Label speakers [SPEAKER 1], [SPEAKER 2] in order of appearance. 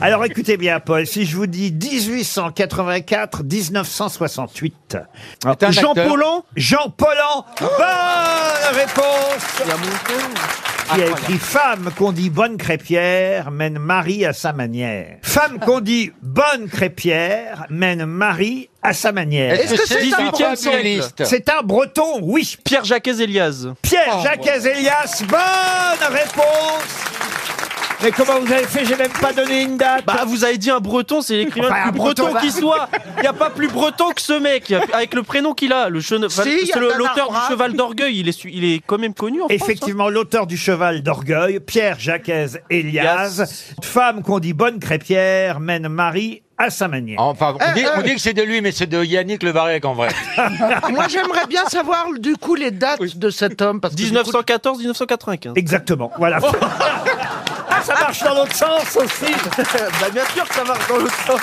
[SPEAKER 1] Alors écoutez bien, Paul, si je vous dis 1884-1968. Alors,
[SPEAKER 2] C'est un
[SPEAKER 1] Jean
[SPEAKER 2] acteur.
[SPEAKER 1] Paulon Jean Paulhan Bonne réponse qui a écrit Femme qu'on dit bonne crêpière mène Marie à sa manière. Femme qu'on dit bonne crêpière mène Marie à sa manière.
[SPEAKER 3] Est-ce que c'est un 18e sur la
[SPEAKER 1] breton
[SPEAKER 3] liste
[SPEAKER 1] C'est un breton, oui.
[SPEAKER 3] Pierre Jacques Elias.
[SPEAKER 1] Pierre Jacques Elias, bonne réponse Mais comment vous avez fait J'ai même pas donné une date.
[SPEAKER 3] Bah, vous avez dit un breton, c'est l'écrivain
[SPEAKER 1] Enfin,
[SPEAKER 3] le
[SPEAKER 1] un
[SPEAKER 3] plus breton,
[SPEAKER 1] breton,
[SPEAKER 3] qui
[SPEAKER 1] bah.
[SPEAKER 3] soit. Il n'y a pas plus breton que ce mec, avec le prénom qu'il a. Le chene-
[SPEAKER 4] Si, il y a
[SPEAKER 3] c'est le-
[SPEAKER 4] Bernard
[SPEAKER 3] l'auteur du
[SPEAKER 4] Braque.
[SPEAKER 3] Cheval d'Orgueil, il est, su- il est quand même connu en France, hein.
[SPEAKER 1] Effectivement, l'auteur du Cheval d'Orgueil, Pierre Jacques Elias, femme qu'on dit bonne crêpière, mène Marie à sa manière.
[SPEAKER 2] Enfin, on dit,
[SPEAKER 4] Eh, eh.
[SPEAKER 2] on dit que c'est de lui, mais c'est de Yannick Le Varec en vrai.
[SPEAKER 4] Moi, j'aimerais bien savoir du coup les dates de cet homme. Parce que, du coup,
[SPEAKER 3] 1914, 1995.
[SPEAKER 1] Exactement, voilà. Ah, ça marche dans l'autre sens aussi
[SPEAKER 4] bah,
[SPEAKER 3] bien sûr que ça marche dans le sens.